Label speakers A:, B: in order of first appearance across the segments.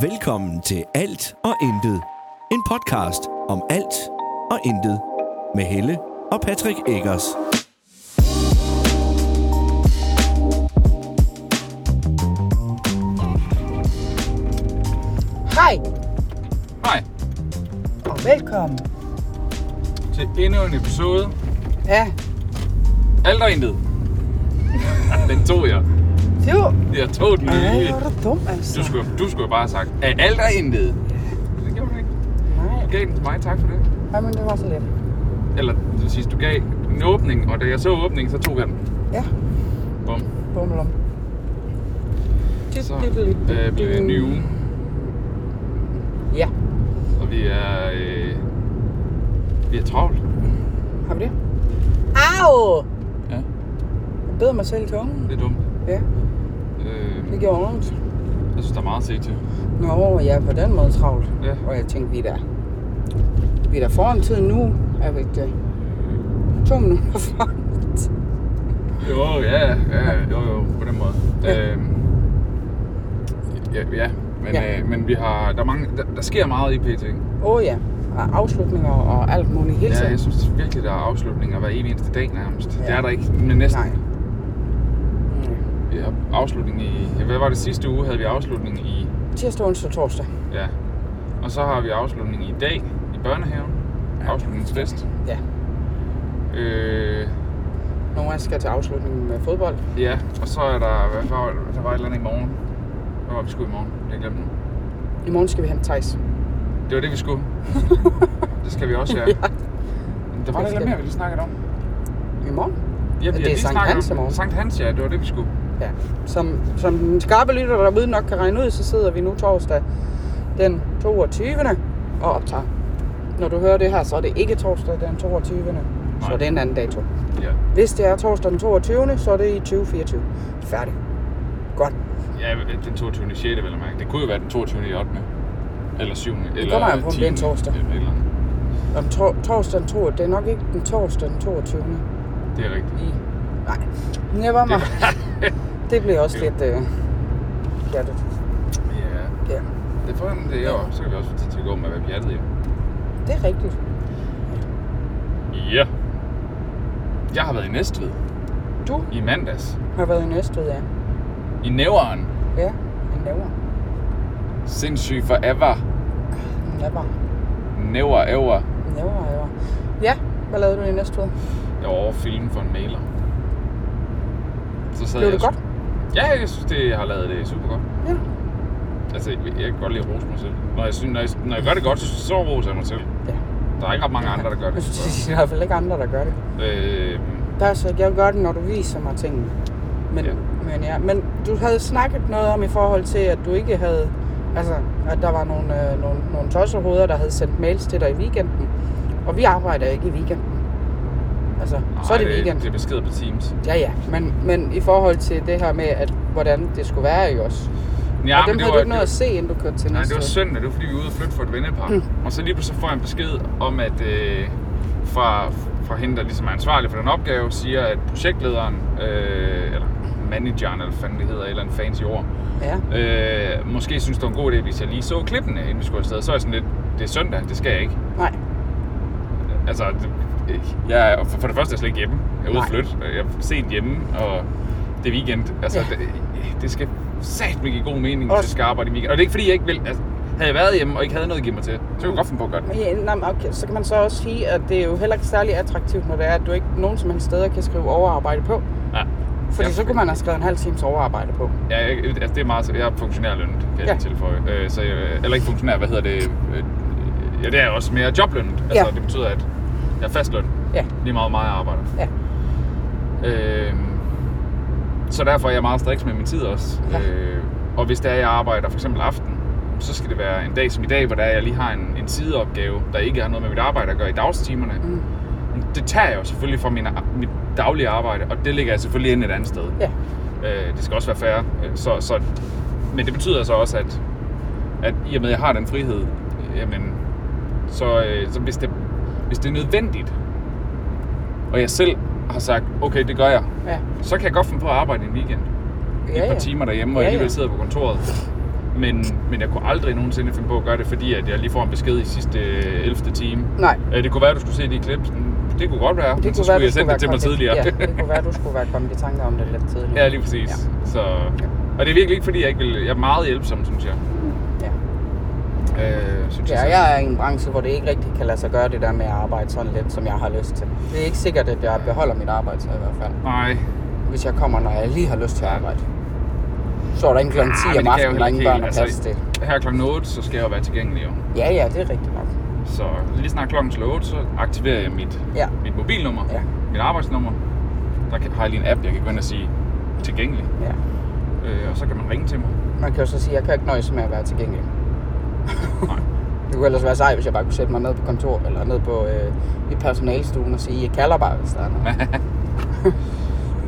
A: Velkommen til Alt og Intet. En podcast om alt og intet. Med Helle og Patrick Eggers.
B: Hej
C: Hej
B: og velkommen.
C: til endnu en episode.
B: Ja,
C: Alt og intet. Den tog jeg.
B: det var...
C: Jeg tog den
B: Ej,
C: lige.
B: hvor er du dum, altså.
C: Du skulle, du skulle bare have sagt, at alt er intet. Det gjorde du ikke.
B: Nej,
C: Du gav den til mig, tak for det.
B: Ej, men det var så let.
C: Eller det vil sige, du gav en åbning, og da jeg så åbningen, så tog jeg den.
B: Ja,
C: Bum.
B: bummelum.
C: Så øh, blev det en ny uge,
B: Ja,
C: og vi er, øh, vi er travlt.
B: har vi det? Au!
C: Ja,
B: Jeg beder mig selv i tungen.
C: det er dumt.
B: Ja, det
C: Øh,
B: gjorde ondt.
C: jeg synes, der er meget at se til.
B: Nå, jeg er på den måde travlt.
C: Ja.
B: Og jeg tænkte, vi er da, vi er da foran tiden nu. Er vi ikke det? To minutter foran.
C: Jo, ja, ja, jo, jo, på den måde.
B: Ja.
C: Ja, øhm, ja, ja men,
B: Ja.
C: ja. Øh, men vi har, der, er mange, der, der sker meget i PT.
B: Åh oh, ja, og afslutninger og alt muligt hele
C: Ja,
B: tiden.
C: jeg synes virkelig, der er afslutninger hver evig eneste dag nærmest.
B: Ja.
C: Ja. Det er der ikke, men næsten.
B: Nej.
C: Nej.
B: Mm.
C: Vi har afslutning i, ja, hvad var det sidste uge, havde vi afslutning i,
B: Tirsdag, onsdag, torsdag.
C: ja. Og så har vi afslutning i dag i børnehaven. Afslutningsfest.
B: Ja.
C: Øh,
B: Nogle af os skal til afslutningen med fodbold.
C: ja, og så er der, hvad var der var et eller andet i morgen. Hvad var vi skulle i morgen? Det har jeg glemt nu.
B: I morgen skal vi hente Thijs.
C: Det var det, vi skulle. det skal vi også, ja. Men Der var der
B: Det skal
C: lidt mere, vi lige snakkede om.
B: I morgen?
C: Ja,
B: det er Sankt Hans i morgen.
C: Sankt Hans, ja, det var det, vi skulle.
B: Ja. Som, som den skarpe lytter derude nok kan regne ud, så sidder vi nu torsdag den 22. og optager. Når du hører det her, så er det ikke torsdag den 22. Så
C: Nej.
B: er det en anden dato.
C: Ja.
B: Hvis det er torsdag den 22., så er det i 2024. Færdig. Godt.
C: ja, den 22. 6. vel at mærke. Det kunne jo være den 22. 8. Eller 7. Det eller
B: kommer an på, om det er en
C: 10..
B: torsdag.
C: Eller et eller andet.
B: Om to- torsdag den 22. Det er nok ikke den torsdag den 22.
C: Det er rigtigt.
B: i... Nej. Never mind. Det bliver også
C: Jo.
B: lidt... Øh... Ja, det.
C: ja,
B: Ja.
C: det får han det år. Så kan vi også få tid til at gå med, hvad vi hjertet jo.
B: Det er rigtigt.
C: Ja. Jeg har været i Næstved
B: Du
C: i mandags.
B: har været i Næstved, ja.
C: I næveren.
B: Ja, en laver.
C: Sindssyg forever.
B: En laver.
C: Never ever.
B: Never ever. Ja, hvad lavede du i næste uge?
C: Jeg var over filmen for en mailer. Så sad
B: Blev
C: jeg
B: det godt?
C: Ja, jeg synes, det jeg har lavet det super godt.
B: Ja.
C: Altså, jeg jeg kan godt lide at rose mig selv. Når jeg, synes, når jeg, når jeg gør det godt, så, så roser jeg mig selv.
B: Ja.
C: Der er ikke ret mange andre, der gør
B: Jeg
C: det så godt.
B: synes, der er i hvert fald ikke andre, der gør det.
C: Øh,
B: Der er så, jeg gør det, når du viser mig tingene. Men, ja.
C: Ja.
B: men, ja. men du havde snakket noget om i forhold til, at du ikke havde... Altså, at der var nogle, øh, nogle, nogle tosserhoveder, der havde sendt mails til dig i weekenden. Og vi arbejder ikke i weekenden. Altså, Ej, så er det
C: ej,
B: weekend.
C: Det er beskeder på Teams.
B: Ja, ja. Men, men i forhold til det her med, at hvordan det skulle være, ikke også?
C: Ja,
B: og dem
C: men det
B: havde
C: var,
B: du ikke noget at se, inden du kørte til
C: Nej,
B: næste
C: det var
B: uge.
C: søndag. Det var fordi, vi var ude og flytte for et vennepar. Mm. Og så lige pludselig får jeg en besked om, at øh, fra, fra hende, der ligesom er ansvarlig for den opgave, siger, at projektlederen, øh, eller manageren, eller hvad fanden det hedder, et eller en fancy ord,
B: Ja.
C: øh, måske synes, det var en god idé, hvis jeg lige så klippene, inden vi skulle afsted. Så er jeg sådan lidt, det er søndag, det skal jeg ikke.
B: Nej.
C: Altså, det- jeg er, for, for det første er jeg slet ikke hjemme. Jeg er ude at
B: Nej.
C: flytte. og Jeg er sent hjemme, og det er weekend. Altså,
B: Ja.
C: ja. det, det skal satme give god mening, hvis
B: Også-
C: jeg skal arbejde i weekend. Og det er ikke fordi, jeg ikke vil... Altså, havde jeg været hjemme og ikke havde noget at give mig til, så kunne jeg godt finde på at gøre det.
B: Ja, nej, men okay. Så kan man så også sige, at det er jo heller ikke særlig attraktivt, når det er, at du ikke nogen som helst steder kan skrive overarbejde på.
C: Ja.
B: Fordi
C: Ja.
B: så kunne man have skrevet en halv times overarbejde på.
C: Ja, jeg, altså, det er meget... Jeg er funktionærlønnet, kan jeg
B: Ja.
C: ja. tilføje. Øh, så jeg, eller ikke funktionær, hvad hedder det? Øh, ja, det er også mere joblønnet. Altså,
B: Ja.
C: det betyder, at jeg er fastlønnet.
B: Ja.
C: Lige meget, hvor meget jeg arbejder.
B: Ja.
C: Øh, så derfor er jeg meget striks med min tid også.
B: Ja.
C: Øh, og hvis det er, jeg arbejder for eksempel aften, så skal det være en dag som i dag, hvor der er, jeg lige har en, en sideopgave, der ikke har noget med mit arbejde at gøre i dagstimerne.
B: Mm.
C: Men Det tager jeg jo selvfølgelig fra min, mit daglige arbejde, og det ligger jeg selvfølgelig ind et andet sted.
B: Ja.
C: Øh, det skal også være færre. Øh, Så, så, men det betyder så også, at, at i og med, at jeg har den frihed, øh, jamen, så, øh, så hvis, det, hvis det er nødvendigt, og jeg selv har sagt, okay, det gør jeg,
B: Ja.
C: så kan jeg godt finde på at arbejde en weekend.
B: Ja,
C: et par
B: ja.
C: timer derhjemme, hvor
B: Ja,
C: jeg alligevel
B: ja.
C: sidder på kontoret. Men, men jeg kunne aldrig nogensinde finde på at gøre det, fordi at jeg lige får en besked i sidste øh, 11. time.
B: Nej.
C: Øh, Det kunne være, at du skulle se det i klip. Det kunne godt være, men så
B: kunne
C: skulle
B: være, du
C: jeg sende det til mig
B: være kommet-
C: tidligere.
B: Ja, det kunne være, du skulle være kommet i tanke om det lidt tidligere.
C: Ja, lige præcis. Ja. Så, og det er virkelig ikke, fordi jeg ikke vil... Jeg er meget hjælpsom, synes jeg.
B: Ja.
C: Øh, synes
B: Ja,
C: selv.
B: jeg er i en branche, hvor det ikke rigtig kan lade sig gøre det der med at arbejde sådan lidt, som jeg har lyst til. Det er ikke sikkert, at jeg beholder mit arbejde så i hvert fald.
C: Nej.
B: Hvis jeg kommer, når jeg lige har lyst til at arbejde. Så er der ikke klokken 10
C: Ah, men
B: om
C: det kan jeg
B: aftenen,
C: jo
B: der er ingen
C: heller ikke
B: børn at
C: helt. altså-
B: passe til.
C: Her klokken 8, så skal jeg jo være tilgængelig jo.
B: Ja, ja, det er rigtigt nok.
C: Så lige snart klokken slår 8, så aktiverer jeg mit,
B: Ja.
C: mit mobilnummer,
B: Ja.
C: mit arbejdsnummer. Der kan, har jeg lige en app, jeg kan gå ind og sige tilgængelig.
B: Ja.
C: Øh, og så kan man ringe til mig.
B: Man kan jo så sige, at jeg kan ikke nøjes med at være tilgængelig.
C: Nej.
B: Det kunne ellers være sej, hvis jeg bare kunne sætte mig ned på kontor, eller ned på øh, i personalstuen og sige, at jeg kalder bare, hvis der er noget.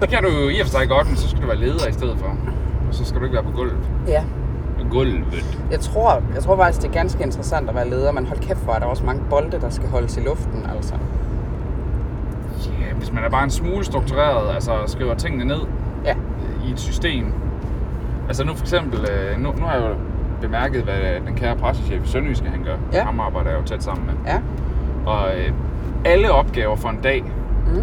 C: Det kan du jo i og for sig godt, men så skal du være leder i stedet for. Og så skal du ikke være på gulvet.
B: Ja.
C: Gulvet.
B: Jeg tror, jeg tror faktisk, det er ganske interessant at være leder, men hold kæft, hvor er der også mange bolde, der skal holdes i luften, altså.
C: Ja, hvis man er bare en smule struktureret, altså skriver tingene ned
B: Ja.
C: i et system. Altså nu for eksempel, øh, nu, nu har jeg jo bemærket, hvad den kære pressechef i Sønderjyske, han gør.
B: Ja.
C: Ham arbejder jeg jo tæt sammen med.
B: Ja.
C: Og øh, alle opgaver for en dag,
B: Mm.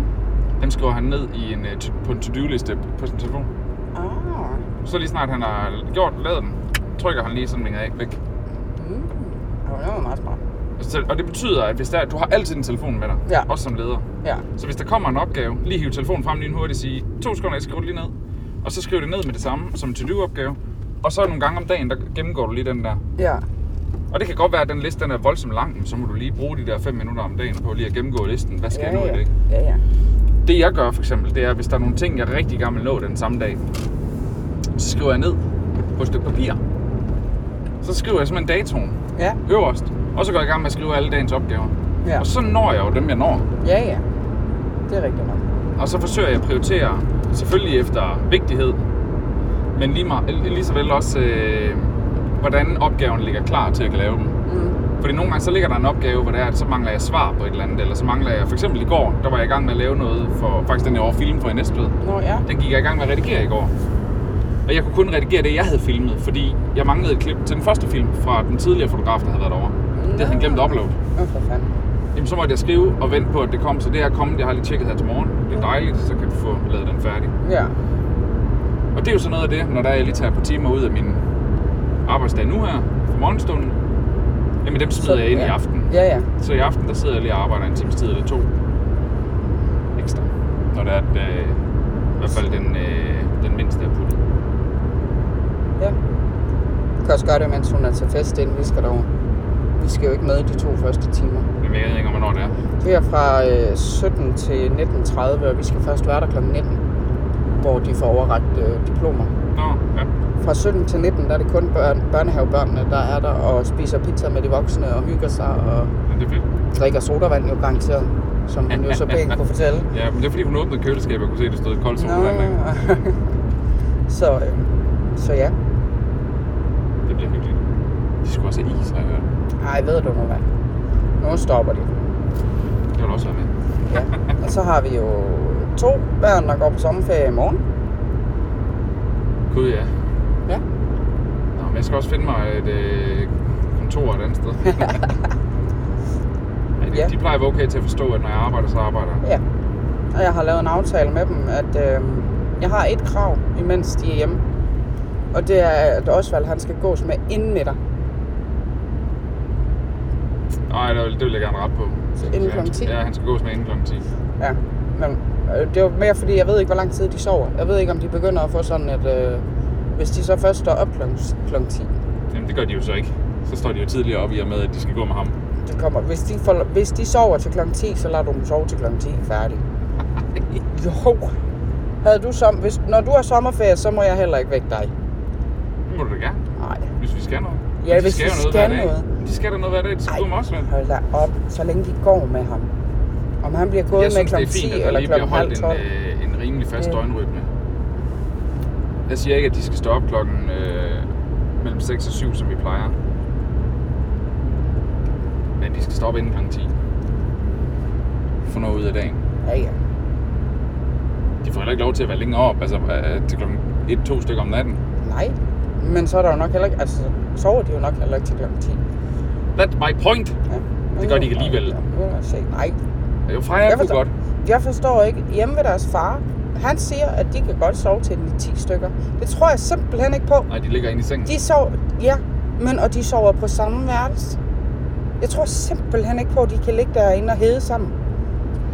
C: dem skriver han ned i en, øh, to- på en to-do-liste på sin telefon.
B: Ah.
C: Så lige snart han har gjort, lavet den, trykker han lige sådan en af væk. Altså,
B: Mm. Oh, det var meget smart.
C: Så, og det betyder, at hvis der, du har altid din telefon med dig,
B: Ja.
C: også som leder.
B: Ja.
C: Så hvis der kommer en opgave, lige hive telefonen frem lige hurtigt og sige, to sekunder, jeg skriver det lige ned. Og så skriver det ned med det samme som en to-do-opgave. Og så nogle gange om dagen, der gennemgår du lige den der.
B: Ja.
C: Og det kan godt være, at den liste den er voldsomt lang, men så må du lige bruge de der 5 minutter om dagen på lige at gennemgå listen. Hvad skal
B: ja,
C: jeg nu
B: ja.
C: i dag?
B: Ja, ja.
C: Det jeg gør for eksempel, det er, hvis der er nogle ting, jeg rigtig gerne vil nå den samme dag, så skriver jeg ned på et stykke papir. Så skriver jeg simpelthen datoen
B: Ja,
C: øverst, og så går jeg i gang med at skrive alle dagens opgaver.
B: ja.
C: Og så når jeg jo dem, jeg når.
B: Ja, ja. Det er rigtigt nok.
C: Og så forsøger jeg at prioritere, selvfølgelig efter vigtighed, men lige, meget, lige så vel også, øh, hvordan opgaven ligger klar til at kan lave dem.
B: Mm.
C: Fordi nogle gange så ligger der en opgave, hvor det er, at så mangler jeg svar på et eller andet, eller så mangler jeg, for eksempel i går, der var jeg i gang med at lave noget for faktisk den her over film for i Næstved.
B: Nå, ja.
C: Den gik jeg i gang med at redigere i går. Og jeg kunne kun redigere det, jeg havde filmet, fordi jeg manglede et klip til den første film fra den tidligere fotograf, der havde været over. Det havde han glemt at uploade.
B: Nå, for fanden.
C: Jamen, så måtte jeg skrive og vente på, at det kom. Så det er kommet, jeg har lige tjekket her til morgen. Det er dejligt, så kan vi få lavet den færdig.
B: Ja.
C: Og det er jo sådan noget af det, når der er, jeg lige tager et par timer ud af min arbejdsdag nu her, fra morgenstunden. Jamen dem smider jeg ind i
B: ja.
C: aften.
B: Ja, ja.
C: Så i aften, der sidder jeg lige og arbejder en times tid eller to ekstra. Når der er, at, øh, i hvert fald den, øh, den mindste er puttet.
B: Ja. Du kan også gøre det, mens hun er til fest, inden vi skal derover. Vi skal jo ikke med i de to første timer.
C: Jamen, jeg ved ikke, hvornår det er.
B: Vi er fra øh, 17 til 19.30, og vi skal først være der kl. 19, hvor de får overragt øh, diplomer.
C: Nå, ja.
B: Fra 17 til 19, der er det kun børn, børnehavebørnene, der er der og spiser pizza med de voksne og hygger sig og
C: ja det er fedt.
B: drikker sodavand jo garanteret, som hun jo så pænt kunne fortælle.
C: Ja, men det er fordi, hun åbnede køleskabet og kunne se, at det stod koldt sodavand. ikke?
B: så, øh, så ja.
C: Det bliver hyggeligt. De skulle også have is, har jeg hørt.
B: Ej, ved du nu hvad? Nu stopper de.
C: Det vil også være med.
B: Ja. Og så har vi jo to børn, der går på sommerferie i morgen.
C: Gud, ja.
B: Ja.
C: Nå, men jeg skal også finde mig et øh, kontor et andet sted. Ej, de,
B: Ja.
C: ja. de plejer at være okay til at forstå, at når jeg arbejder, så arbejder jeg.
B: Ja. Og jeg har lavet en aftale med dem, at øh, jeg har et krav, imens de er hjemme. Og det er, at Osvald han skal gås med inden middag.
C: Nej, det, vil- det vil jeg gerne rette på.
B: inden
C: Ja,
B: klokken 10?
C: Ja, han skal gås med inden klokken 10.
B: Ja. Men øh, det er jo mere fordi, jeg ved ikke, hvor lang tid de sover. Jeg ved ikke, om de begynder at få sådan, at øh, hvis de så først står op kl. 10,
C: Jamen, det gør de jo så ikke. Så står de jo tidligere op i og med, at de skal gå med ham.
B: Det kommer. Hvis de, får, hvis de sover til klokken 10, så lader du dem sove til klokken 10 færdig. Jo. Havde du som, hvis, når du har sommerferie, så må jeg heller ikke vække dig.
C: Det må du da gerne,
B: Nej.
C: hvis vi skal noget.
B: Ja,
C: Men
B: hvis vi
C: jo
B: skal
C: hver dag.
B: noget.
C: De skal der noget hver dag, de skal
B: Ej,
C: gå med os, mand.
B: Hold da op, så længe de går med ham. Om han bliver gået
C: Jeg
B: med
C: synes, det
B: klokken
C: er
B: 10
C: fint, at der
B: eller
C: lige bliver
B: klokken halv
C: holdt en,
B: 12.
C: øh, en rimelig fast
B: Ja.
C: mm. døgnrytme. Jeg siger ikke, at de skal stå op klokken øh, mellem 6 og 7, som vi plejer. Men de skal stoppe inden klokken 10. Få noget ud af dagen.
B: Ja, ja.
C: øh, De får heller ikke lov til at være længere op, altså øh, til klokken 1-2 stykker om natten.
B: Nej. Men så er der jo nok heller ikke, altså så sover de jo nok heller ikke til klokken 10.
C: That's my point.
B: Ja.
C: Det gør de ikke alligevel.
B: Ja, det må jeg se. Nej,
C: Jo, Freja kunne
B: forstår,
C: godt.
B: jeg forstår ikke. Hjemme ved deres far, han siger, at de kan godt sove til 10 stykker. Det tror jeg simpelthen ikke på.
C: Nej, de ligger inde i sengen.
B: De sover, ja, men og de sover på samme værelse. Jeg tror simpelthen ikke på, at de kan ligge derinde og hede sammen.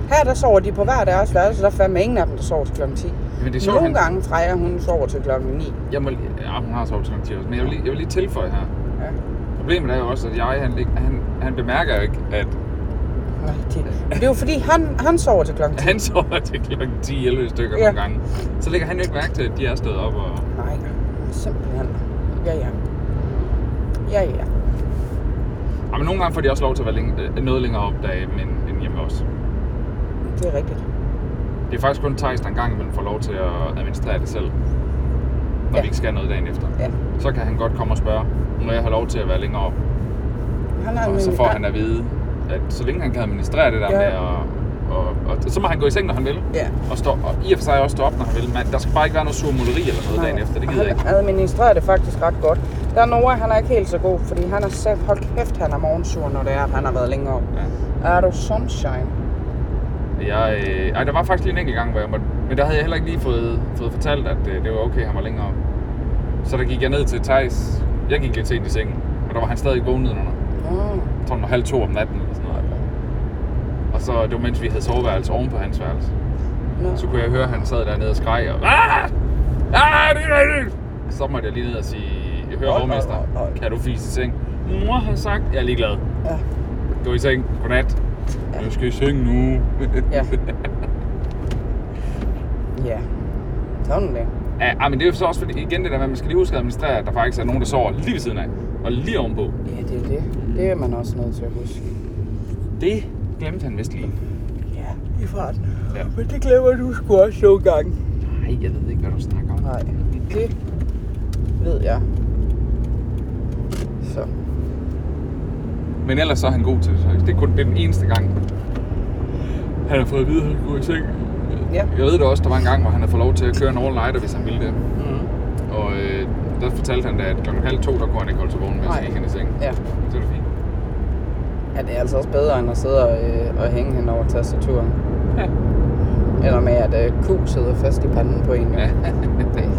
B: Her der sover de på hver deres værelse, der er fandme ingen af dem, der sover til klokken 10.
C: Men det er sjovt,
B: Nogle
C: han,
B: gange Freja, hun sover til klokken 9.
C: Jeg må lige, ja, hun har sovet til klokken 10 også, men jeg vil, lige, jeg vil lige tilføje her.
B: Ja,
C: Problemet er jo også, at jeg, han, ikke- han, han bemærker jo ikke, at
B: nej, det, det er jo fordi, han, han sover til klokken 10.
C: han sover til klokken 10-11 stykker ja.
B: Ja.
C: nogle gange. Så lægger han jo ikke mærke til, at de er stået op. Og...
B: Nej, simpelthen. Ja, ja. Ja, ja.
C: Ja, men nogle gange får de også lov til at være længe, øh, noget længere op dag end, end hjemme også.
B: Det er rigtigt.
C: Det er faktisk kun Thijs, der en gang imellem får lov til at administrere det selv. Når ja.
B: Ja.
C: vi ikke skal noget dagen efter.
B: Ja.
C: Så kan han godt komme og spørge, må jeg have lov til at være længere op?
B: Han er
C: Og så
B: min-
C: får han altså- at vide, at så længe han kan administrere det der
B: Ja.
C: ja. med, og, og, og, så må han gå i seng, når han vil.
B: Ja.
C: Og, stå, og i og for sig også stå op, når han vil. Men der skal bare ikke være noget surmuleri eller noget dagen efter. Det gider jeg ikke.
B: Han administrerer det faktisk ret godt. Der er Nora, han er ikke helt så god, fordi han er selv... Hold kæft, han er morgensur, når det er, at han har været længere op.
C: Ja.
B: Er du sunshine?
C: Jeg, øh, ej, der var faktisk lige en enkelt gang, hvor jeg måtte, men der havde jeg heller ikke lige fået, fået fortalt, at øh, det var okay, han var længere op. Så der gik jeg ned til Thijs. Jeg gik lidt sent i sengen, og der var han stadig vågen nedenunder.
B: Mm.
C: Jeg tror, den var halv to om natten eller sådan noget. Og så, det var mens vi havde soveværelse oven på hans værelse.
B: No.
C: Så kunne jeg høre, at han sad dernede og skreg og... Ah! Ah, det er rigtigt! Så måtte jeg lige ned og sige, jeg hører
B: Oj, oj,
C: overmester,
B: oj, oj.
C: kan du fise i seng? Mor har sagt, jeg er ligeglad.
B: Ja.
C: Gå i seng. Godnat. Jeg skal i seng nu.
B: Ja. ja. Sådan det.
C: Ja, ej, men det er jo så også fordi, igen det der med, at man skal lige huske at administrere, at der faktisk er nogen, der sover lige ved siden af. Og lige ovenpå.
B: Ja, det er det. Det er man også nødt til at huske.
C: Det glemte han vist lige.
B: Ja, i farten.
C: Ja.
B: Men det glemmer du sgu også nogle gange.
C: Nej, jeg ved ikke, hvad du snakker om.
B: Nej, det ved jeg. Så.
C: Men ellers så er han god til det. så Det er kun det er den eneste gang, han har fået at vide, at han skulle i seng.
B: Ja.
C: Jeg ved det også, der var en gang, hvor han havde fået lov til at køre en all-nighter, hvis han ville det.
B: Mm.
C: Og øh, der fortalte han da, at klokken halv to, der kunne han ikke holde sig vågen, hvis
B: Nej.
C: han ikke han i seng.
B: Ja.
C: Det var fint.
B: Ja, det er altså også bedre, end at sidde og, øh, og hænge hen over tastaturen.
C: Ja.
B: Eller med, at øh, Q sidder fast i panden på en. jo.
C: Ja.
B: Det,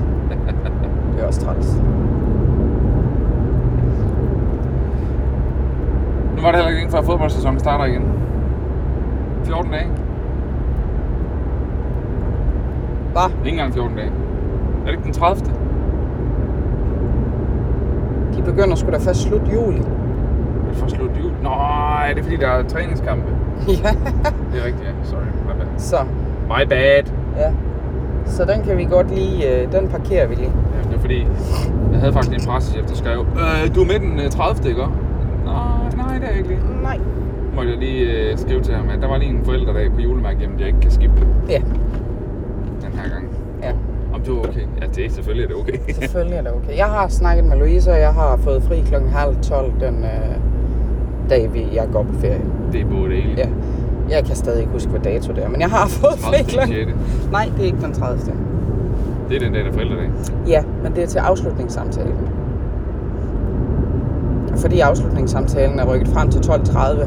B: det er også træls.
C: Nu var det heller ikke længe før fodboldsæsonen starter igen. 14 dage.
B: Hva?
C: Ikke engang 14 dage. Er det ikke den 30.
B: De begynder sgu da først slut juli.
C: Er det for slut jul? Nå, er det fordi, der er træningskampe?
B: ja.
C: Det er rigtigt, ja. Sorry. My bad.
B: Så,
C: My bad.
B: ja. Så den kan vi godt lige, øh, den parkerer vi lige.
C: Ja, det er fordi, jeg havde faktisk en pressechef, der skrev, øh, du er med den øh, 30. ikke? Nej, nej, det er jeg ikke lige.
B: Nej.
C: Måtte jeg lige øh, skrive til ham, at der var lige en forældredag på julemærket, jamen jeg ikke kan skippe
B: Ja,
C: den her gang.
B: ja.
C: Om det var okay? Ja, det er selvfølgelig er det okay.
B: Selvfølgelig er det okay. Jeg har snakket med Louise, og jeg har fået fri klokken halv tolv den øh, dag, vi, jeg går på ferie.
C: det er både det hele.
B: Ja. Jeg kan stadig ikke huske, hvad dato det er, men jeg har fået fri
C: 30.
B: klokken...
C: 6.
B: Nej, det er ikke den 30.
C: Mm. Det er den dag, der er forældredag.
B: Ja, men det er til afslutningssamtalen. Fordi afslutningssamtalen er rykket frem til 12.30.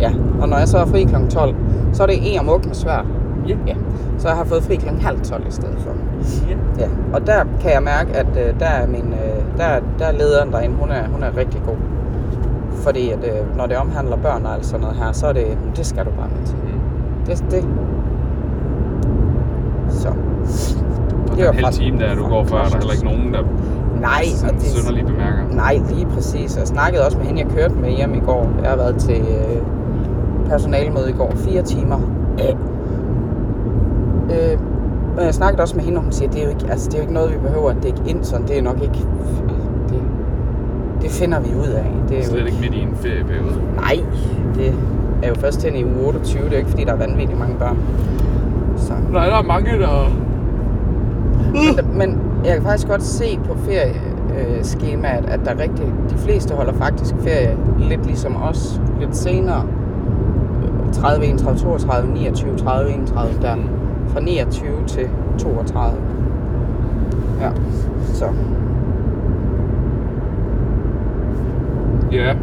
B: Ja, og når jeg så er fri kl. 12, så er det E og muk med svær.
C: Ja.
B: ja. Så jeg har fået fri kl. halv 12 i stedet for.
C: Ja.
B: Ja, og der kan jeg mærke, at øh, der er min, øh, der, der er lederen derinde, hun er, hun er rigtig god. Fordi at, øh, når det omhandler børn og alt sådan noget her, så er det, det skal du bare med til.
C: Mm.
B: Det, det. Så.
C: Og
B: Det
C: den
B: var
C: halve
B: faktisk-
C: time, der du går før, er der heller ikke nogen, der
B: Nej,
C: sådan
B: og det,
C: synderligt bemærker.
B: nej, lige præcis. Jeg snakkede også med hende, jeg kørte med hjem i går. Jeg har været til øh, personalemøde i går, fire timer. Øh. Øh, og jeg snakkede også med hende, og hun siger, det er jo ikke, altså, det er jo ikke noget, vi behøver at dække ind sådan. Det er nok ikke... Det, det finder vi ud af. Det er jo
C: Slet ikke midt i en ferieperiode.
B: Nej, det er jo først hen i uge 28. Det er jo ikke, fordi der er vanvittigt mange børn. Så.
C: Nej, der er mange, der...
B: Men, men jeg kan faktisk godt se på ferieskemaet, at der er rigtig, de fleste holder faktisk ferie lidt ligesom os, lidt senere. Øh, 30, 31, 32, 29, 30, 31, der fra 29 til 32. Ja. Så.
C: Ja,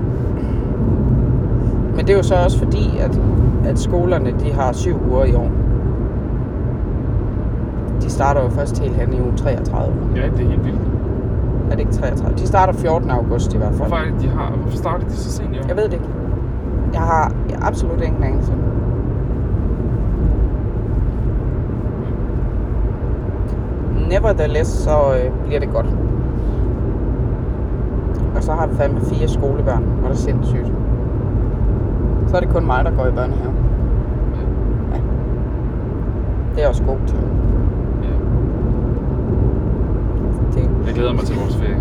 B: Men det er jo så også fordi, at, at skolerne de har syv uger i år. De starter jo først helt hen i uge 33.
C: ja det er helt vildt.
B: Er det ikke 33? De starter 14. august i hvert fald.
C: Hvorfor er det, de har? Hvorfor starter de så sent i år?
B: Jeg ved det ikke. Jeg har jeg har absolut ingen anelse. Nevertheless, så øh, bliver det godt. Og så har vi fandme fire skolebørn, og det er sindssygt. Så er det kun mig, der går i børnehave. Ja. Det er også god til.
C: Ja.
B: Det,
C: Jeg glæder mig til vores ferie.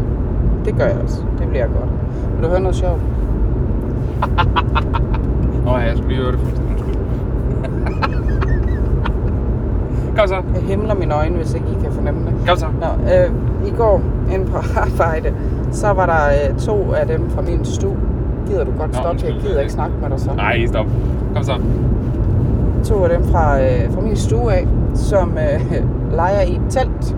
B: det gør jeg også. Det bliver godt. Vil du høre noget sjovt?
C: Nå ja, jeg skulle lige høre det fuldstændig. Undskyld. Kom så.
B: Jeg himler mine øjne, hvis ikke I kan fornemme det.
C: Kom så.
B: Nå, øh, i går inde på arbejde, så var der øh, to af dem fra min stue. Gider du godt
C: Nå,
B: stoppe? Jeg
C: undskyld.
B: gider ikke snakke med dig så.
C: Nej, stop. Kom så.
B: To af dem fra, øh, fra min stue af, som øh, leger i et telt.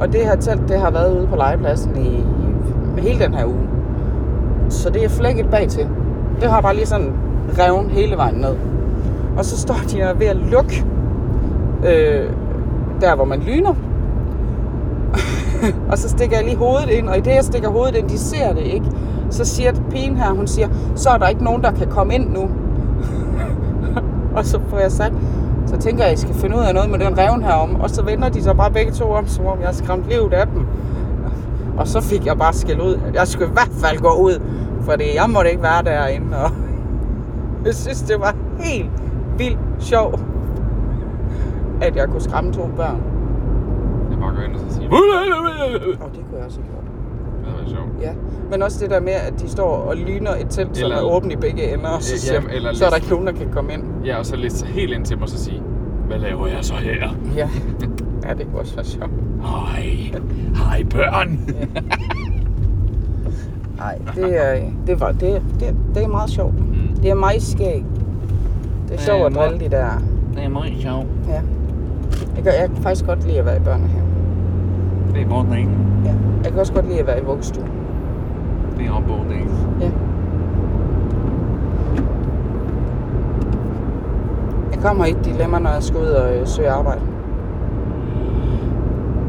B: Og det her telt, det har været ude på legepladsen i, i hele den her uge. Så det er flækket bag til. Det har bare lige sådan revnet hele vejen ned. Og så står de her ved at lukke øh, der, hvor man lyner. og så stikker jeg lige hovedet ind, og i det, jeg stikker hovedet ind, de ser det ikke. Så siger pigen her, hun siger, så er der ikke nogen, der kan komme ind nu. og så får jeg sagt, så tænker jeg, at I skal finde ud af noget med den revn herom. Og så vender de så bare begge to om, som om jeg har skræmt livet af dem. Og så fik jeg bare skæld ud. Jeg skulle i hvert fald gå ud, for jeg måtte ikke være derinde. Og jeg synes, det var helt vildt sjovt, at jeg kunne skræmme to børn.
C: Jeg bare går ind og så siger...
B: Og det kunne jeg også have gjort.
C: Det havde været sjovt.
B: Ja, men også det der med, at de står og lyner et telt, som
C: Eller-
B: er åbent i begge ender, og så,
C: Ja,
B: siger,
C: jamen, eller
B: så er der
C: lidt-
B: ikke nogen, der kan komme ind.
C: Ja, og så læste sig helt ind til mig og så sige... Hvad laver jeg så her?
B: Ja, ja det kunne også være sjovt.
C: Hej. Hej, børn.
B: Nej, det er, øh, det, var, det, det, det er meget sjovt.
C: Mm.
B: Det er meget skæg. Det er sjovt at
C: Øhm,
B: drille de der.
C: Det er meget sjovt.
B: Ja. Jeg kan, jeg kan faktisk godt lide at være i børnehave.
C: Det er morgenen.
B: Ja. Jeg kan også godt lide at være i vuggestue.
C: Det er onboarding.
B: Ja. Jeg kommer i et dilemma, når jeg skal ud og øh, søge arbejde.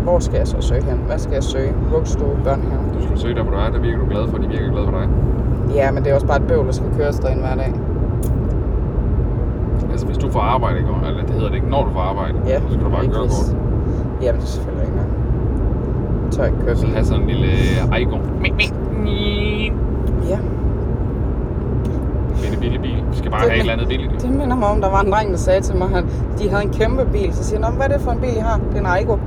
B: Hvor skal jeg så søge hen? Hvad skal jeg søge? Vuggestue, børnehave?
C: Du skal søge der, hvor du er. Der virker du glad for. De virker glade for dig.
B: Ja, men det er også bare et bøvl, der skal køres derinde hver dag.
C: Altså, hvis du får arbejde, ikke? eller det hedder det ikke, når du får arbejde,
B: Ja,
C: så skal du bare
B: lige
C: gøre
B: præcis.
C: godt.
B: Jamen, det er selvfølgelig ikke nok. Jeg tør ikke køre
C: Så
B: bil.
C: have sådan en lille øh, icon.
B: Ja,
C: Med en billig bil. Vi skal bare have et eller andet billigt.
B: det minder mig om, der var en dreng, der sagde til mig, at de havde en kæmpe bil. Så siger han, "Nå, men hvad er det for en bil, I har? Det er en Aigo.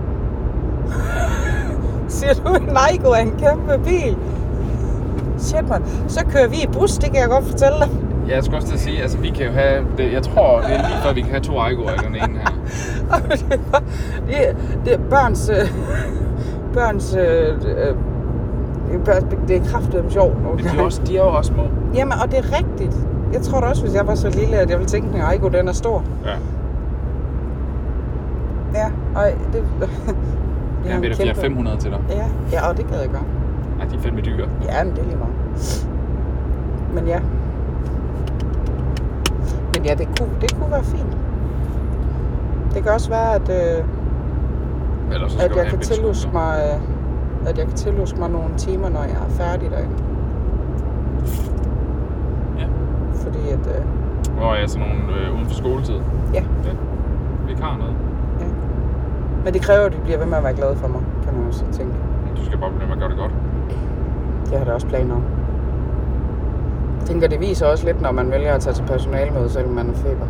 B: siger du, en Aigo er en kæmpe bil? Shit, man. Så kører vi i bus, det kan jeg godt fortælle dig.
C: Ja, jeg skulle også til at sige, altså vi kan jo have, det, jeg tror, det er lige før, vi kan have to Aigo'er i den ene her.
B: det, var, det, det er børns... Øh, børns... Øh, øh, børns- det er kraftedeme sjovt. nogle
C: Men de er,
B: gange.
C: også, de er jo også små.
B: Jamen, og det er rigtigt. Jeg tror da også, hvis jeg var så lille, at jeg ville tænke, at Aigo, den er stor.
C: Ja.
B: Ja, og det...
C: Jeg ja, ved det, vi har
B: kæmpe-
C: 500 til dig.
B: Ja, ja, og det gad jeg godt.
C: Ja, de er fandme dyre.
B: Ja, men det er lige meget. Men ja. Men ja, det kunne, det kunne være fint. Det kan også være, at, øh,
C: Ellers så skal
B: at
C: du
B: jeg
C: have
B: kan
C: en bil.
B: tilluske mig, øh, at jeg kan tilluske mig nogle timer, når jeg er færdig derinde.
C: Ja.
B: Fordi at, øh,
C: Og ja, sådan nogle øh, uden for skoletid.
B: Ja.
C: ja. Vi kan noget.
B: men det kræver, at de bliver ved med at være glade for mig, kan man jo så tænke.
C: Du skal bare blive med at gøre det godt.
B: Det har jeg da også planer om. Jeg tænker, det viser også lidt, når man vælger at tage til personalemøde, selvom man er feber.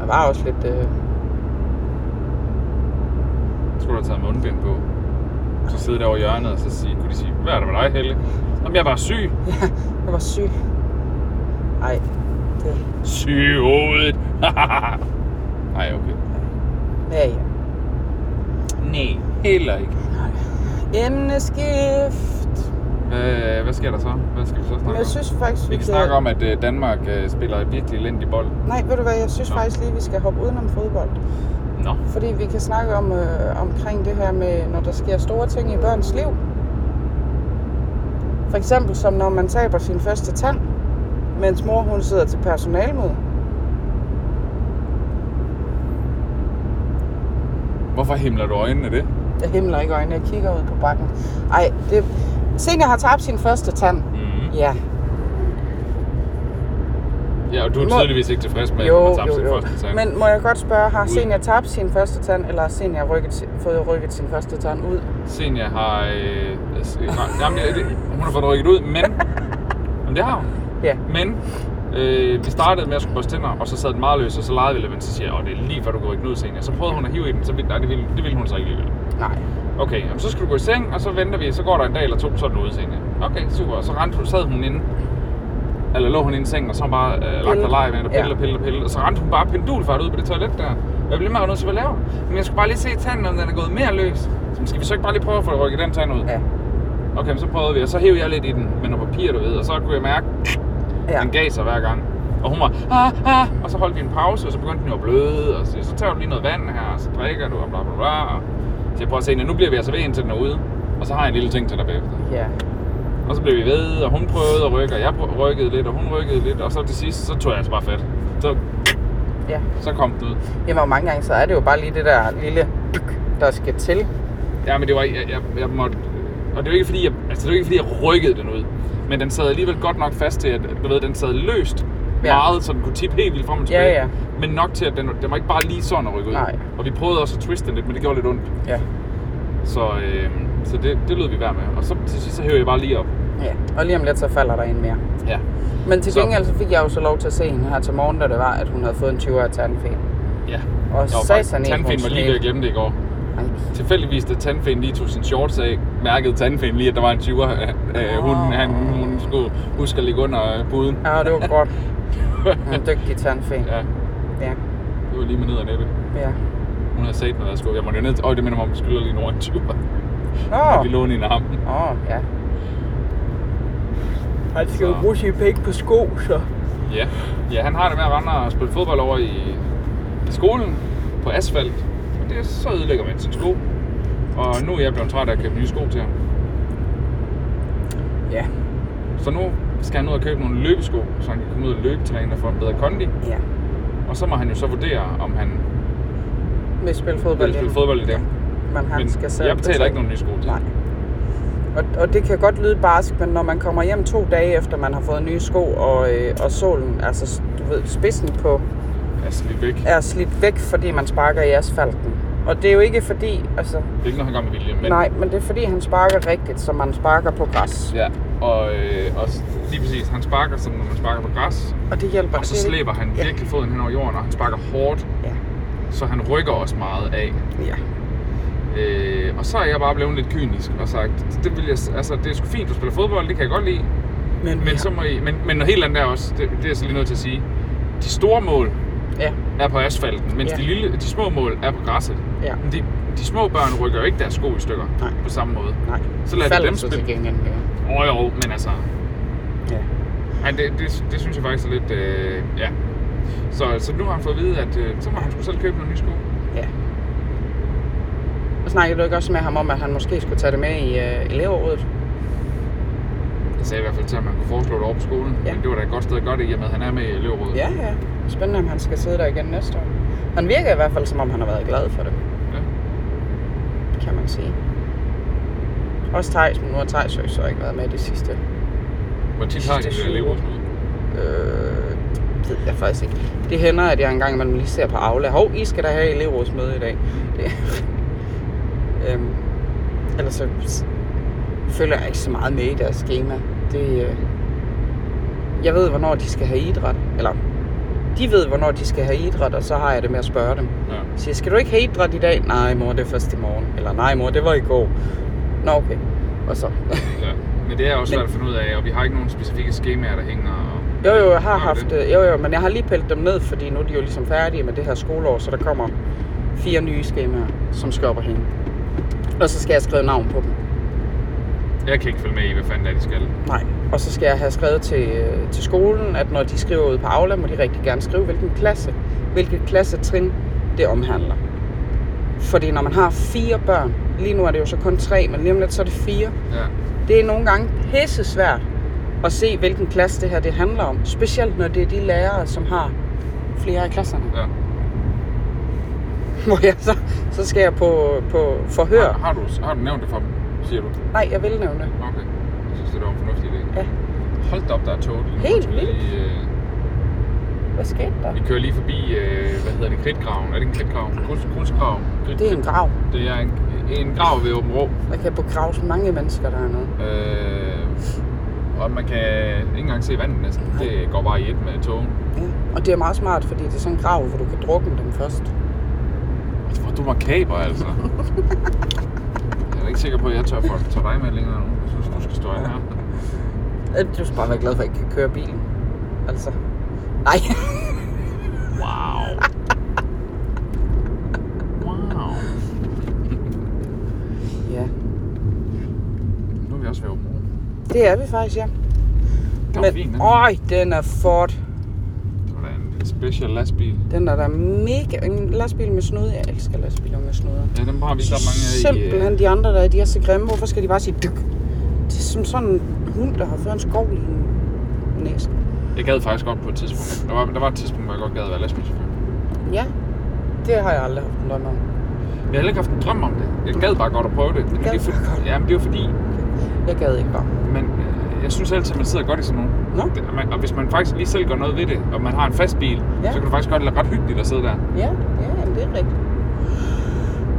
B: Jeg var også lidt... Øh...
C: Så skulle du have taget mundbind på. Så sidde der over hjørnet, og så sige, kunne de sige, hvad er der med dig, Helle? Jamen, jeg er bare syg.
B: Jeg var syg. Ej, det...
C: Syg i hovedet. Nej, okay.
B: Ja, ja.
C: Nej, heller ikke.
B: Emneskift.
C: Hvad, hvad sker der så? Hvad skal vi så snakke
B: Men
C: om?
B: jeg synes faktisk,
C: Vi
B: vi
C: kan snakke om, at øh, Danmark øh, spiller virkelig elendig bold.
B: Nej, ved du hvad, jeg synes
C: Nå.
B: faktisk lige, vi skal hoppe udenom fodbold.
C: Nå.
B: Fordi vi kan snakke om øh, omkring det her med, når der sker store ting i børns liv. For eksempel som når man taber sin første tand, mens mor hun sidder til personalmøde.
C: Hvorfor himler du øjnene af det?
B: Jeg himler ikke øjnene, jeg kigger ud på bakken. Ej, det... Senior har tabt sin første tand.
C: Mm.
B: Ja,
C: Ja, og du er
B: Må-
C: tydeligvis ikke tilfreds med, at
B: jo,
C: du har tabt
B: jo,
C: sin
B: jo.
C: første tand.
B: Men må jeg godt spørge, har
C: Ud.
B: senior tabt sin første tand, eller har senior rykket, sin- fået rykket sin første tand ud?
C: Senja har... Øh, altså, nej, jamen, det, det, hun har fået rykket ud, men... Jamen, det har hun.
B: Ja.
C: Men øh, vi startede med at skulle børste tænder, og så sad den meget løs, og så legede vi lidt, men så siger jeg, "Åh, det er lige før du går ikke ud, Senja. Så prøvede hun at hive i den, så ville, nej, det ville, det ville hun så ikke alligevel.
B: Nej.
C: Okay, jamen, så skal du gå i seng, og så venter vi, så går der en dag eller to, så er den ude, Senja. Okay, super. Så rendte hun, sad hun inde, eller lå hun inde i sengen, og så bare øh, lagt
B: Pille.
C: og leget med hende, og pille
B: Ja.
C: og pille og pille, og så rendte hun bare pendulfart ud på det toilet der. Og Jeg blev meget nødt til at lave. Men jeg skulle bare lige se tanden, om den er gået mere løs. Så skal vi så ikke bare lige prøve at få rykket den tand ud?
B: Ja.
C: Okay, men så prøvede vi, og så hævde jeg lidt i den med noget papir, du ved, og så kunne jeg mærke,
B: Ja.
C: ja. den gav sig hver gang. Og hun var, ah, ah, og så holdt vi en pause, og så begyndte den jo at bløde, og så, siger jeg, så tager du lige noget vand her, og så drikker du, og bla bla bla. Og så jeg prøver at se, nu bliver vi altså ved, indtil den er ude. Og så har jeg en lille ting til dig bagefter.
B: Ja.
C: Og så blev vi ved, og hun prøvede at rykke, og jeg prø- rykkede lidt, og hun rykkede lidt, og så til sidst, så tog jeg altså bare fat. Så,
B: ja.
C: så kom den ud.
B: Jamen, og mange gange, så er det jo bare lige det der lille dyk, der skal til.
C: Ja, men det var, jeg, jeg, jeg måtte, og det var ikke fordi, jeg, altså det var ikke fordi, jeg rykkede den ud. Men den sad alligevel godt nok fast til, at du ved, den sad løst
B: Ja.
C: ja. meget, så den kunne tippe helt vildt frem og
B: Ja,
C: tilbage.
B: ja.
C: Men nok til, at den, den var ikke bare lige sådan at rykke ud.
B: Nej.
C: Og vi prøvede også at twiste den lidt, men det gjorde lidt ondt.
B: Ja.
C: Så, øh, så det, det lød vi værd med. Og så til sidst, så hævde jeg bare lige op.
B: ja. Og lige om lidt, så falder der en mere.
C: Ja.
B: Men til
C: Så-
B: gengæld, så fik jeg jo så lov til at se hende her til morgen, da det var, at hun havde fået en 20-årig tandfen.
C: Ja.
B: Og
C: Jeg var
B: så
C: faktisk-
B: sådan en,
C: Tandfen var lige ved at glemme det i går.
B: Nej.
C: Tilfældigvis, da Tandfen lige tog sin shorts af, mærkede Tandfen lige, at der var en 20'er. Øh, hunden, han, hun skulle huske at ligge under øh, puden.
B: Ja, det var godt. Hun er en dygtig tandfen.
C: Ja,
B: Ja.
C: det var lige med ned ad næppe.
B: Ja.
C: Hun havde sat mig, der skulle. Jeg måtte jo ned til... Øj, det minder mig om, at vi skylder lige en ordentlig tur. Vi
B: Nå.
C: lå i en arm.
B: Åh, oh, ja.
D: Han skal jo
C: Så.
D: bruge sine penge på sko, så.
C: Ja. ja, han har det med at rende og spille fodbold over i, i skolen på asfalt. Og det, så ødelægger man sin sko. Og nu er jeg blevet træt af at købe nye sko til ham.
B: Ja.
C: Så nu skal han ud og købe nogle løbesko, så han kan komme ud og løbetræne og få en bedre kondi.
B: Ja.
C: Og så må han jo så vurdere, om han
B: Med spille
C: vil
B: fodbold.
C: spille fodbold i dag.
B: Men han
C: Men
B: skal selv
C: jeg betaler
B: betale.
C: ikke nogen nye sko til.
B: Nej. Og, og det kan godt lyde barsk, men når man kommer hjem to dage efter, man har fået nye sko, og, øh, og solen, altså du ved, spidsen på,
C: Jeg skal væk.
B: er slidt væk, fordi man sparker i asfalten. Og det er jo ikke fordi, altså,
C: Det er ikke noget, han gør med vilje. Men,
B: men... nej, men det er fordi, han sparker rigtigt, som man sparker på græs.
C: Ja, og, øh, og s- lige præcis, han sparker som når man sparker på græs,
B: Og det hjælper
C: og så
B: til.
C: slæber han
B: Ja.
C: virkelig foden hen over jorden, og han sparker hårdt,
B: Ja.
C: så han rykker os meget af.
B: ja.
C: Øh, og så er jeg bare blevet lidt kynisk og sagt, det, vil jeg, s- altså, det er sgu fint, du spiller fodbold, det kan jeg godt lide,
B: Men,
C: men,
B: vi
C: så må I, men, men noget helt andet er også, det, det er jeg så lige nødt til at sige, de store mål
B: Ja,
C: er på asfalten, mens
B: Ja.
C: de, lille, de små mål er på græsset.
B: ja.
C: Men de, de små børn rykker jo ikke deres sko i stykker
B: Nej.
C: på samme måde.
B: Nej.
C: Så lader de
B: Falder
C: dem
B: så
C: spille.
B: til gengæld. Ja.
C: Åh oh, jo, men altså,
B: ja.
C: Ej, det, det, det synes jeg faktisk er lidt... Øh, ja. Så, så nu har han fået at vide, at øh, så må han sgu selv købe nogle nye sko.
B: Ja. Og snakkede du ikke også med ham om, at han måske skulle tage det med i øh, elevrådet?
C: Jeg sagde i hvert fald til ham, at man kunne foreslå det over på skolen.
B: Ja.
C: Ja. Men det var da et godt sted at gøre det, i og med at han er med i elevrådet.
B: Ja, ja. Spændende, om han skal sidde der igen næste år. Han virker i hvert fald, som om han har været glad for det,
C: ja.
B: kan man sige. Også Thijs, men nu har Thijs jo så ikke været med det sidste.
C: Hvor tit har I
B: Det er
C: det
B: super.
C: elevrådsmøde?
B: Øh, det ved jeg faktisk ikke. Det hænder, at jeg engang imellem lige ser på Aula. Hov, I skal da have elevrådsmøde i dag. Det. øhm, ellers så s- følger jeg ikke så meget med i deres schema. Det, øh, jeg ved, hvornår de skal have idræt. Eller, de ved, hvornår de skal have idræt, og så har jeg det med at spørge dem.
C: Ja.
B: Jeg siger, skal du ikke have idræt i dag? Nej, mor, det er først i morgen. Eller nej, mor, det var i går. Nå, okay. Og så.
C: ja. Men det er også
B: Men-
C: svært at finde ud af, og vi har ikke nogen specifikke skemaer, der hænger. Og...
B: Jo, jo, jeg har
C: Nå,
B: haft...
C: det.
B: øh, Jo, jo, men jeg har lige pillet dem ned, fordi nu er de jo ligesom færdige med det her skoleår, så der kommer fire nye skemaer, som skal op og hænge. Og så skal jeg skrive navn på dem. øh-
C: Jeg kan ikke følge med i, hvad fanden det er, de skal.
B: Nej. Og så skal jeg have skrevet til, øh, til skolen, at når de skriver ud på Aula, må de rigtig gerne skrive, hvilken klasse, hvilket klassetrin det omhandler. Fordi når man har fire børn, lige nu er det jo så kun tre, men lige om lidt så er det fire.
C: Ja.
B: Det er nogle gange pisse svært at se, hvilken klasse det her det handler om. Specielt når det er de lærere, som har flere af klasserne.
C: ja.
B: Hvor jeg så, så skal jeg på, på
C: Har,
B: forhør.
C: har, du, har du nævnt det for dem, siger du?
B: Nej, jeg vil nævne det.
C: Okay. Jeg synes, det var en fornuftig idé.
B: Ja.
C: Hold da op, der er tog. lige nu.
B: Helt
C: Vi,
B: vildt.
C: øh,
B: Hvad skete der?
C: vi kører lige forbi, øh, hvad hedder det, kridtgraven. Er det en kridtgrav? Grus, grusgrav? Kridt,
B: Det er en grav.
C: Det er en, en grav ved Åben Rå.
B: Der kan begraves mange mennesker dernede.
C: Øh, og man kan ikke engang se vandet næsten. Det går bare i et med togen.
B: Ja. Og det er meget smart, fordi det er sådan en grav, hvor du kan drukne dem først.
C: Altså, hvor er du makaber, altså. jeg er ikke sikker på, at jeg tør for at tage dig med længere nu. Jeg synes, du skal stå her.
B: Øh, Du skal bare være glad for, at jeg ikke kan køre bilen. Altså. Nej.
C: Wow. Wow.
B: ja,
C: Nu er vi også ved Åben Rå.
B: det er vi faktisk, ja.
C: Det var fint, den.
B: øj, den er Ford.
C: Det var da en special lastbil.
B: Den er da mega... En lastbil med snude. Jeg elsker lastbiler med snuder.
C: Ja, dem har vi så mange af i... øh,
B: Simpelthen de andre der, de er så grimme. Hvorfor skal de bare sige dyk? Det er som sådan en hund, der har fået en skov i næsen.
C: Jeg gad faktisk godt på et tidspunkt. Der var, der var et tidspunkt, hvor jeg godt gad at være lastbilchauffør. Men
B: Ja, det har jeg aldrig haft en drøm om.
C: jeg har heller ikke haft en drøm om det. Jeg gad bare godt at prøve det. Men det,
B: Gad
C: er fordi, jamen, det er jo fordi,
B: Jeg gad ikke bare.
C: men øh, jeg synes altid, at man sidder godt i sådan nogle.
B: Nå?
C: Det- og man- Og hvis man faktisk lige selv gør noget ved det, og man har en fast bil,
B: Ja.
C: så kan du faktisk godt lade ret hyggeligt at sidde der.
B: Ja, ja, jamen, det er rigtigt.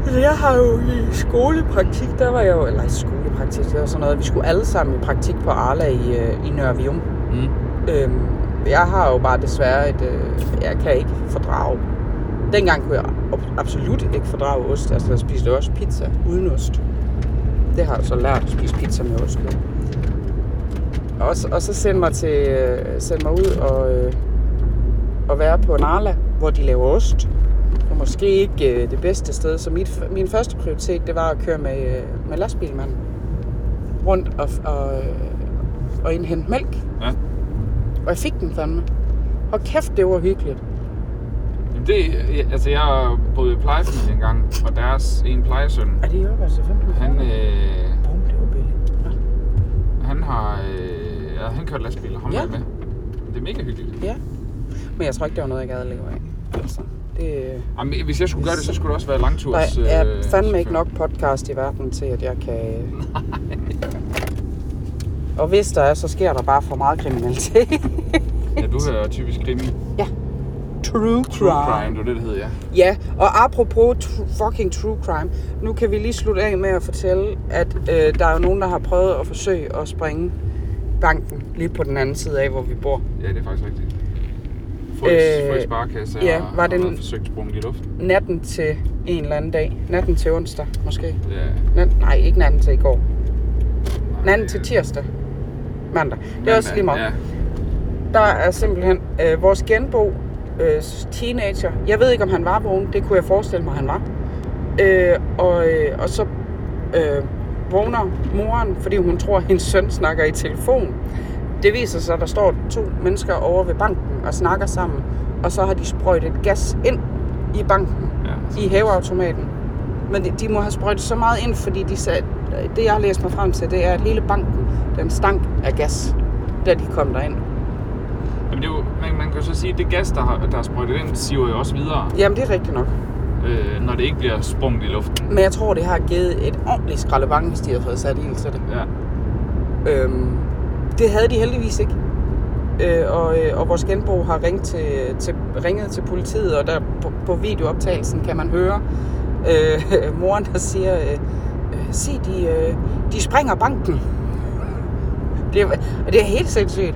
B: Altså, jeg har jo i skolepraktik, der var jeg jo... Eller i skolepraktik, det var sådan noget. Vi skulle alle sammen i praktik på Arla i, øh, i Nørrevium.
C: Mm.
B: Øhm, jeg har jo bare desværre et... Øh, jeg kan ikke fordrage... Dengang kunne jeg ab- absolut ikke fordrage ost. Altså, jeg spiste også pizza uden ost. Det har jeg så lært at spise pizza med ost nu. Og, så- og så sendte mig, til, øh, sendte mig ud og, øh, og være på Narla, hvor de laver ost. Det var måske ikke øh, det bedste sted, så mit, min første prioritet, det var at køre med, øh, med lastbilmanden rundt og, og, øh, og indhente mælk.
C: Ja.
B: Og jeg fik den fandme. Og kæft, det var hyggeligt.
C: Jamen det, jeg- altså jeg boede i plejefamilie engang, og deres en plejesøn,
B: Er det jo bare selvfølgelig?
C: han, øh,
B: Bum, det var billigt. Nå.
C: han har øh, ja, han kørt lastbil, og ham
B: Ja.
C: ja. med. Det er mega hyggeligt.
B: Ja. Men jeg tror ikke, det var noget, jeg gad at leve af. Altså, det, øh,
C: Jamen, hvis jeg skulle gøre det, så skulle det også være langturs.
B: der er
C: øh,
B: fandme ikke
C: chauffør.
B: nok podcast i verden til, at jeg kan... øh. Og hvis der er, så sker der bare for meget kriminalitet.
C: Ja, du hører typisk krimi.
B: True
C: True crime, det var det, det hed, ja.
B: Ja, og apropos tru- fucking true crime, nu kan vi lige slutte af med at fortælle, at øh, der er jo nogen, der har prøvet at forsøge at springe banken lige på den anden side af, hvor vi bor.
C: Ja, det er faktisk rigtigt. Frøs,
B: Øh,
C: øh, frøs sparekasse
B: ja,
C: ja, har,
B: var
C: har
B: det en-
C: været forsøgt sprunget i luften.
B: Natten til en eller anden dag. Natten til onsdag, måske.
C: Ja,
B: Nat, nej, ikke natten til i går.
C: øh,
B: Natten til tirsdag. Mandag. Det er
C: mandag,
B: også lige meget.
C: øh, Ja,
B: Der er simpelthen øh, vores genbo, øh, teenager. Jeg ved ikke, om han var vågen. Det kunne jeg forestille mig, han var. Øh, og, øh, og så øh, vågner moren, fordi hun tror, at hendes søn snakker i telefon. Det viser sig, at der står to mennesker over ved banken og snakker sammen. Og så har de sprøjtet gas ind i banken
C: ja.
B: i hæveautomaten. Men de, de må have sprøjtet så meget ind, fordi de sagde, det jeg har læst mig frem til, det er, at hele banken, den stank af gas, da de kom derind.
C: Jamen, det er jo, man, man kan jo så sige, at det gas, der har, der er sprøjtet ind, siver jo også videre,
B: Jamen, det er rigtigt nok.
C: øh, når det ikke bliver sprunget i luften.
B: Men jeg tror, det har givet et ordentligt skraldebang, hvis de havde fået sat ild til det.
C: Ja.
B: Øhm, det havde de heldigvis ikke. Øh, og, øh, og vores genbo har ringet til, til, ringet til politiet, og der på, på videooptagelsen kan man høre øh, moren, der siger, øh, øh, se, de, øh, de springer banken. Det, er- og det er helt sindssygt.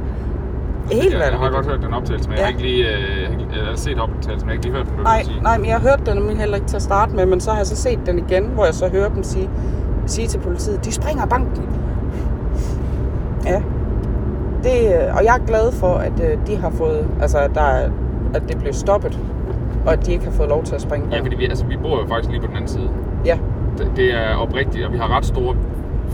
B: Helt
C: jeg, jeg har
B: vanvittigt.
C: godt hørt den optagelse, men ja. jeg
B: Ja.
C: har ikke lige øh, jeg har ikke- eller set optagelsen, men jeg har ikke lige hørt den, du
B: Nej,
C: sige.
B: nej, men jeg hørte den nemlig heller ikke til at starte med, men så har jeg så set den igen, hvor jeg så hører dem sige, sige til politiet, de springer banken. Ja. Det, øh, og jeg er glad for, at øh, de har fået, altså at, der, er- at det blev stoppet, og at de ikke har fået lov til at springe
C: Ja,
B: banken.
C: fordi vi, altså, vi bor jo faktisk lige på den anden side.
B: Ja,
C: Det, det er oprigtigt, og vi har ret store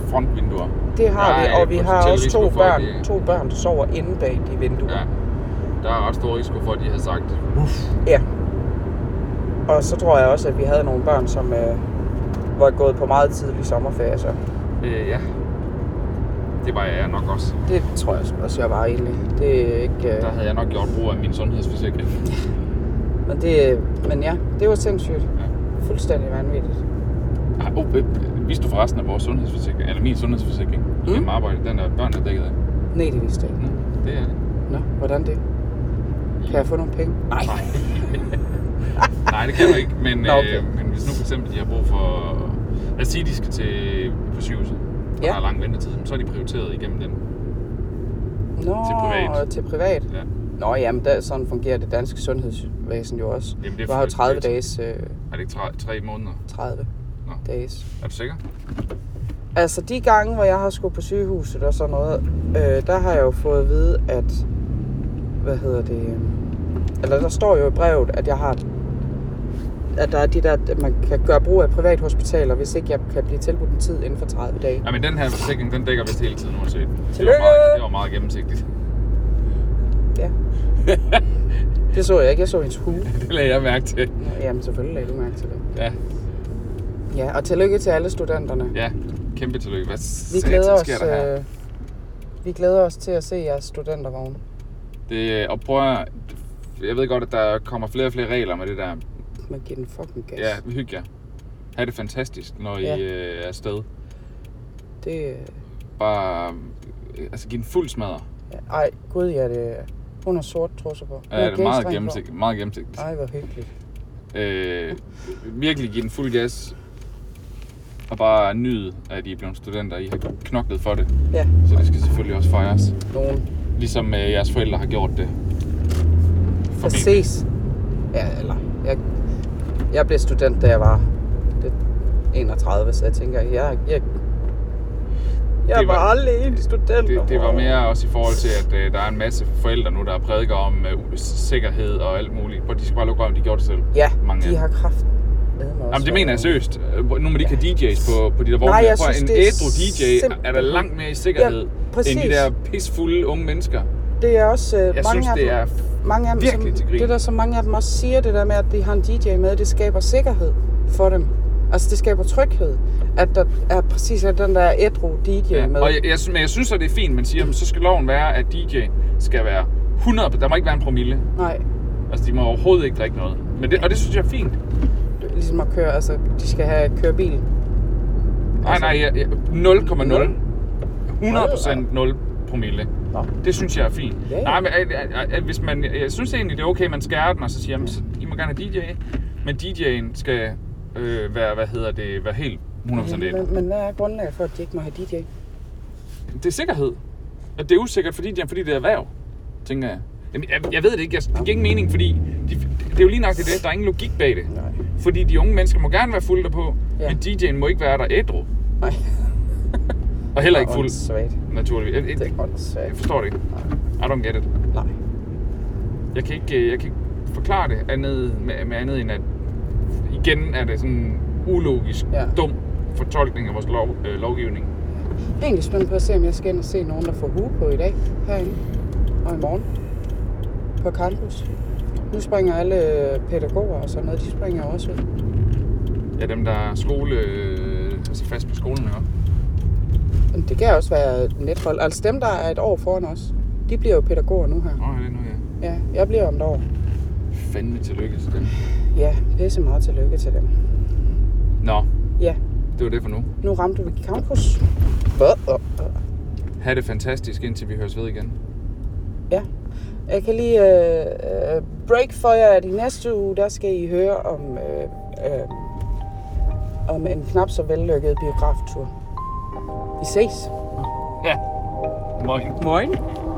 C: frontvinduer.
B: det har
C: Der
B: vi,
C: er
B: og vi har
C: potentiel
B: også
C: risiko
B: to
C: for, at
B: børn,
C: de-
B: to børn, der sover inde bag de vinduer.
C: Ja. Der er ret stor risiko for, at de havde sagt,
B: Ja. Og så tror jeg også, at vi havde nogle børn, som øh, var gået på meget tidlig sommerferie. Så
C: Øh, ja. Det var jeg nok også.
B: det tror jeg også, jeg var egentlig. Det er ikke... Øh,
C: Der havde jeg nok gjort brug af min sundhedsforsikring.
B: men, det, øh, men ja, det var sindssygt.
C: Ja.
B: Fuldstændig vanvittigt.
C: Ej, oh, øh, vidste du forresten, at vores sundhedsforsikring, eller min sundhedsforsikring, mm. den arbejde, den er børnene dækket af?
B: Nej, det vidste jeg ikke.
C: Nå, det er det.
B: Nå, hvordan det? Kan jeg få nogle penge? Nej.
C: Nej, det kan du ikke, men,
B: Nå, okay.
C: øh, men hvis nu for eksempel de har brug for... Lad os sige, de skal til på sygehuset, og
B: Ja.
C: der er lang ventetid, så er de prioriteret igennem den.
B: Nå,
C: Til privat.
B: Til privat.
C: Ja.
B: Nå, jamen, der, sådan fungerer det danske sundhedsvæsen jo også.
C: Jamen, det er
B: du har jo
C: for-
B: 30 dages... Øh,
C: Er det ikke tre, tre måneder?
B: 30
C: Nå.
B: dages.
C: Er du sikker?
B: Altså, de gange, hvor jeg har skulle på sygehuset og sådan noget, øh, der har jeg jo fået at vide, at... Hvad hedder det? øh, Eller der står jo i brevet, at jeg har at der er de der, at man kan gøre brug af privathospitaler, hvis ikke jeg kan blive tilbudt en tid inden for 30 dage.
C: Ja, men den her forsikring, den dækker vist hele tiden uanset. Det
B: Tillykke!
C: var meget, det var meget gennemsigtigt.
B: Ja. Det så jeg ikke. Jeg så hendes hue.
C: Det lagde jeg mærke til.
B: Jamen, selvfølgelig lagde du mærke til det.
C: Ja,
B: Ja, og tillykke til alle studenterne.
C: ja. Kæmpe tillykke. Hvad
B: Vi
C: satan
B: glæder, os,
C: sker der her?
B: øh, vi glæder os til at se jeres studentervogne.
C: Det, øh, og prøv at, Jeg ved godt, at der kommer flere og flere regler med det der.
B: Man giver den fucking gas.
C: Ja, hyg jer. Ha' det fantastisk, når
B: Ja.
C: I øh, er afsted.
B: Det, øh,
C: Bare... øh, Altså, giv den fuld smadre.
B: ej, gud, ja, det, hun har sort trusser på. Hun
C: Ja,
B: har
C: det er meget
B: gastreng på.
C: gennemsigtigt. Meget gennemsigtigt.
B: Ej, hvor hyggeligt.
C: Øh, virkelig give den fuld gas. Og bare nyde, at I er blevet studenter. I har knoklet for det.
B: Ja,
C: Så det skal selvfølgelig også fejres.
B: nogen.
C: Ligesom øh, jeres forældre har gjort det. Formentlig.
B: Præcis. Ja, eller, jeg, jeg blev student, da jeg var lidt 31, så jeg tænker, jeg, jeg, jeg
C: Det
B: var,
C: var-
B: var aldrig en student.
C: Det, det var mere også i forhold til, at øh, der er en masse forældre nu, der prædiker om øh, sikkerhed og alt muligt. Og de skal bare lukke om, de gjorde det selv.
B: Ja,
C: Mange
B: de
C: af dem.
B: har kraft.
C: Jamen det mener jeg seriøst. Øh, Nu man ikke kan DJ's på, på de der vogne.
B: Nej, jeg
C: Prøv at-
B: synes,
C: en
B: det er
C: ædru DJ er der
B: simpelthen-
C: langt mere i sikkerhed,
B: Ja,
C: end de
B: præcis.
C: der pisfulde unge mennesker.
B: Det er også øh,
C: Jeg
B: mange
C: synes,
B: af
C: det
B: dem,
C: er
B: mange af dem,
C: virkelig til
B: som,
C: grin.
B: det der, som mange af dem også siger, det der med, at de har en DJ med, det skaber sikkerhed for dem. Altså, det skaber tryghed, at der er præcis at den der ædru DJ
C: Ja,
B: med.
C: og jeg, jeg, sy- men jeg synes, at det er fint, man siger, at så skal loven være, at DJ skal være 100, der må ikke være en promille.
B: Nej,
C: Altså, de må overhovedet ikke drikke noget. Men det, og det synes jeg er fint.
B: det er ligesom at køre, altså, de skal have køre bil.
C: Nej,
B: Altså-
C: nej, jeg- jeg- 0,0. 100 procent 0 promille.
B: Nå.
C: Det synes jeg er fint.
B: Ja, ja.
C: Nej, men at, at, at, at, hvis man, øh, jeg synes egentlig, det er okay, man skærer den, og så siger, jamen, så, I må gerne have DJ, men DJ'en skal øh, være, hvad hedder det, være helt 100% ædru.
B: Men, men hvad er grundlaget for, at de ikke må have DJ?
C: Det er sikkerhed. At det er usikkert, fordi det er, fordi det er erhverv, tænker jeg. Jamen, jeg, jeg ved det ikke. Jeg, det giver ingen mening, fordi de, det er jo lige nok det. Der er ingen logik bag det.
B: Nej.
C: Fordi de unge mennesker må gerne være fulde derpå, ja.
B: Ja.
C: men DJ'en må ikke være der ædru.
B: Nej,
C: Og heller ikke fuld,
B: Åndssvagt.
C: naturligvis. Jeg,
B: Det
C: jeg,
B: er
C: jeg
B: åndssvagt.
C: forstår det ikke. I don't get it.
B: Nej.
C: Jeg kan ikke, øh, jeg kan ikke forklare det andet, med, med andet end, at igen er det sådan en ulogisk, ja.
B: Ja.
C: dum fortolkning af vores lov, øh, lovgivning.
B: Jeg er egentlig spændt på at se, om jeg skal ind og se nogen, der får hue på i dag herinde og i morgen på campus. Nu springer alle pædagoger og sådan noget, de springer jo også ud.
C: Ja, dem der er skole, øh, altså fast på skolen, ikke?
B: Men det kan også være et nethold. Altså dem, der er et år foran os, de bliver jo pædagoger nu her.
C: Nå, ja, det er nu, ja.
B: Ja, jeg bliver om et år.
C: Fandme tillykke til dem.
B: Ja, pisse meget tillykke til dem.
C: Nå,
B: Ja,
C: det var det for nu.
B: nu ramte vi campus. Hvad? Åh, åh.
C: Ha' det fantastisk, indtil vi høres ved igen.
B: Ja. Jeg kan lige øh, øh, break for jer, at i næste uge, der skal I høre om, øh, øh, om en knap så vellykket biograftur. Vi ses.
C: Ja. Moin.
B: Morgen.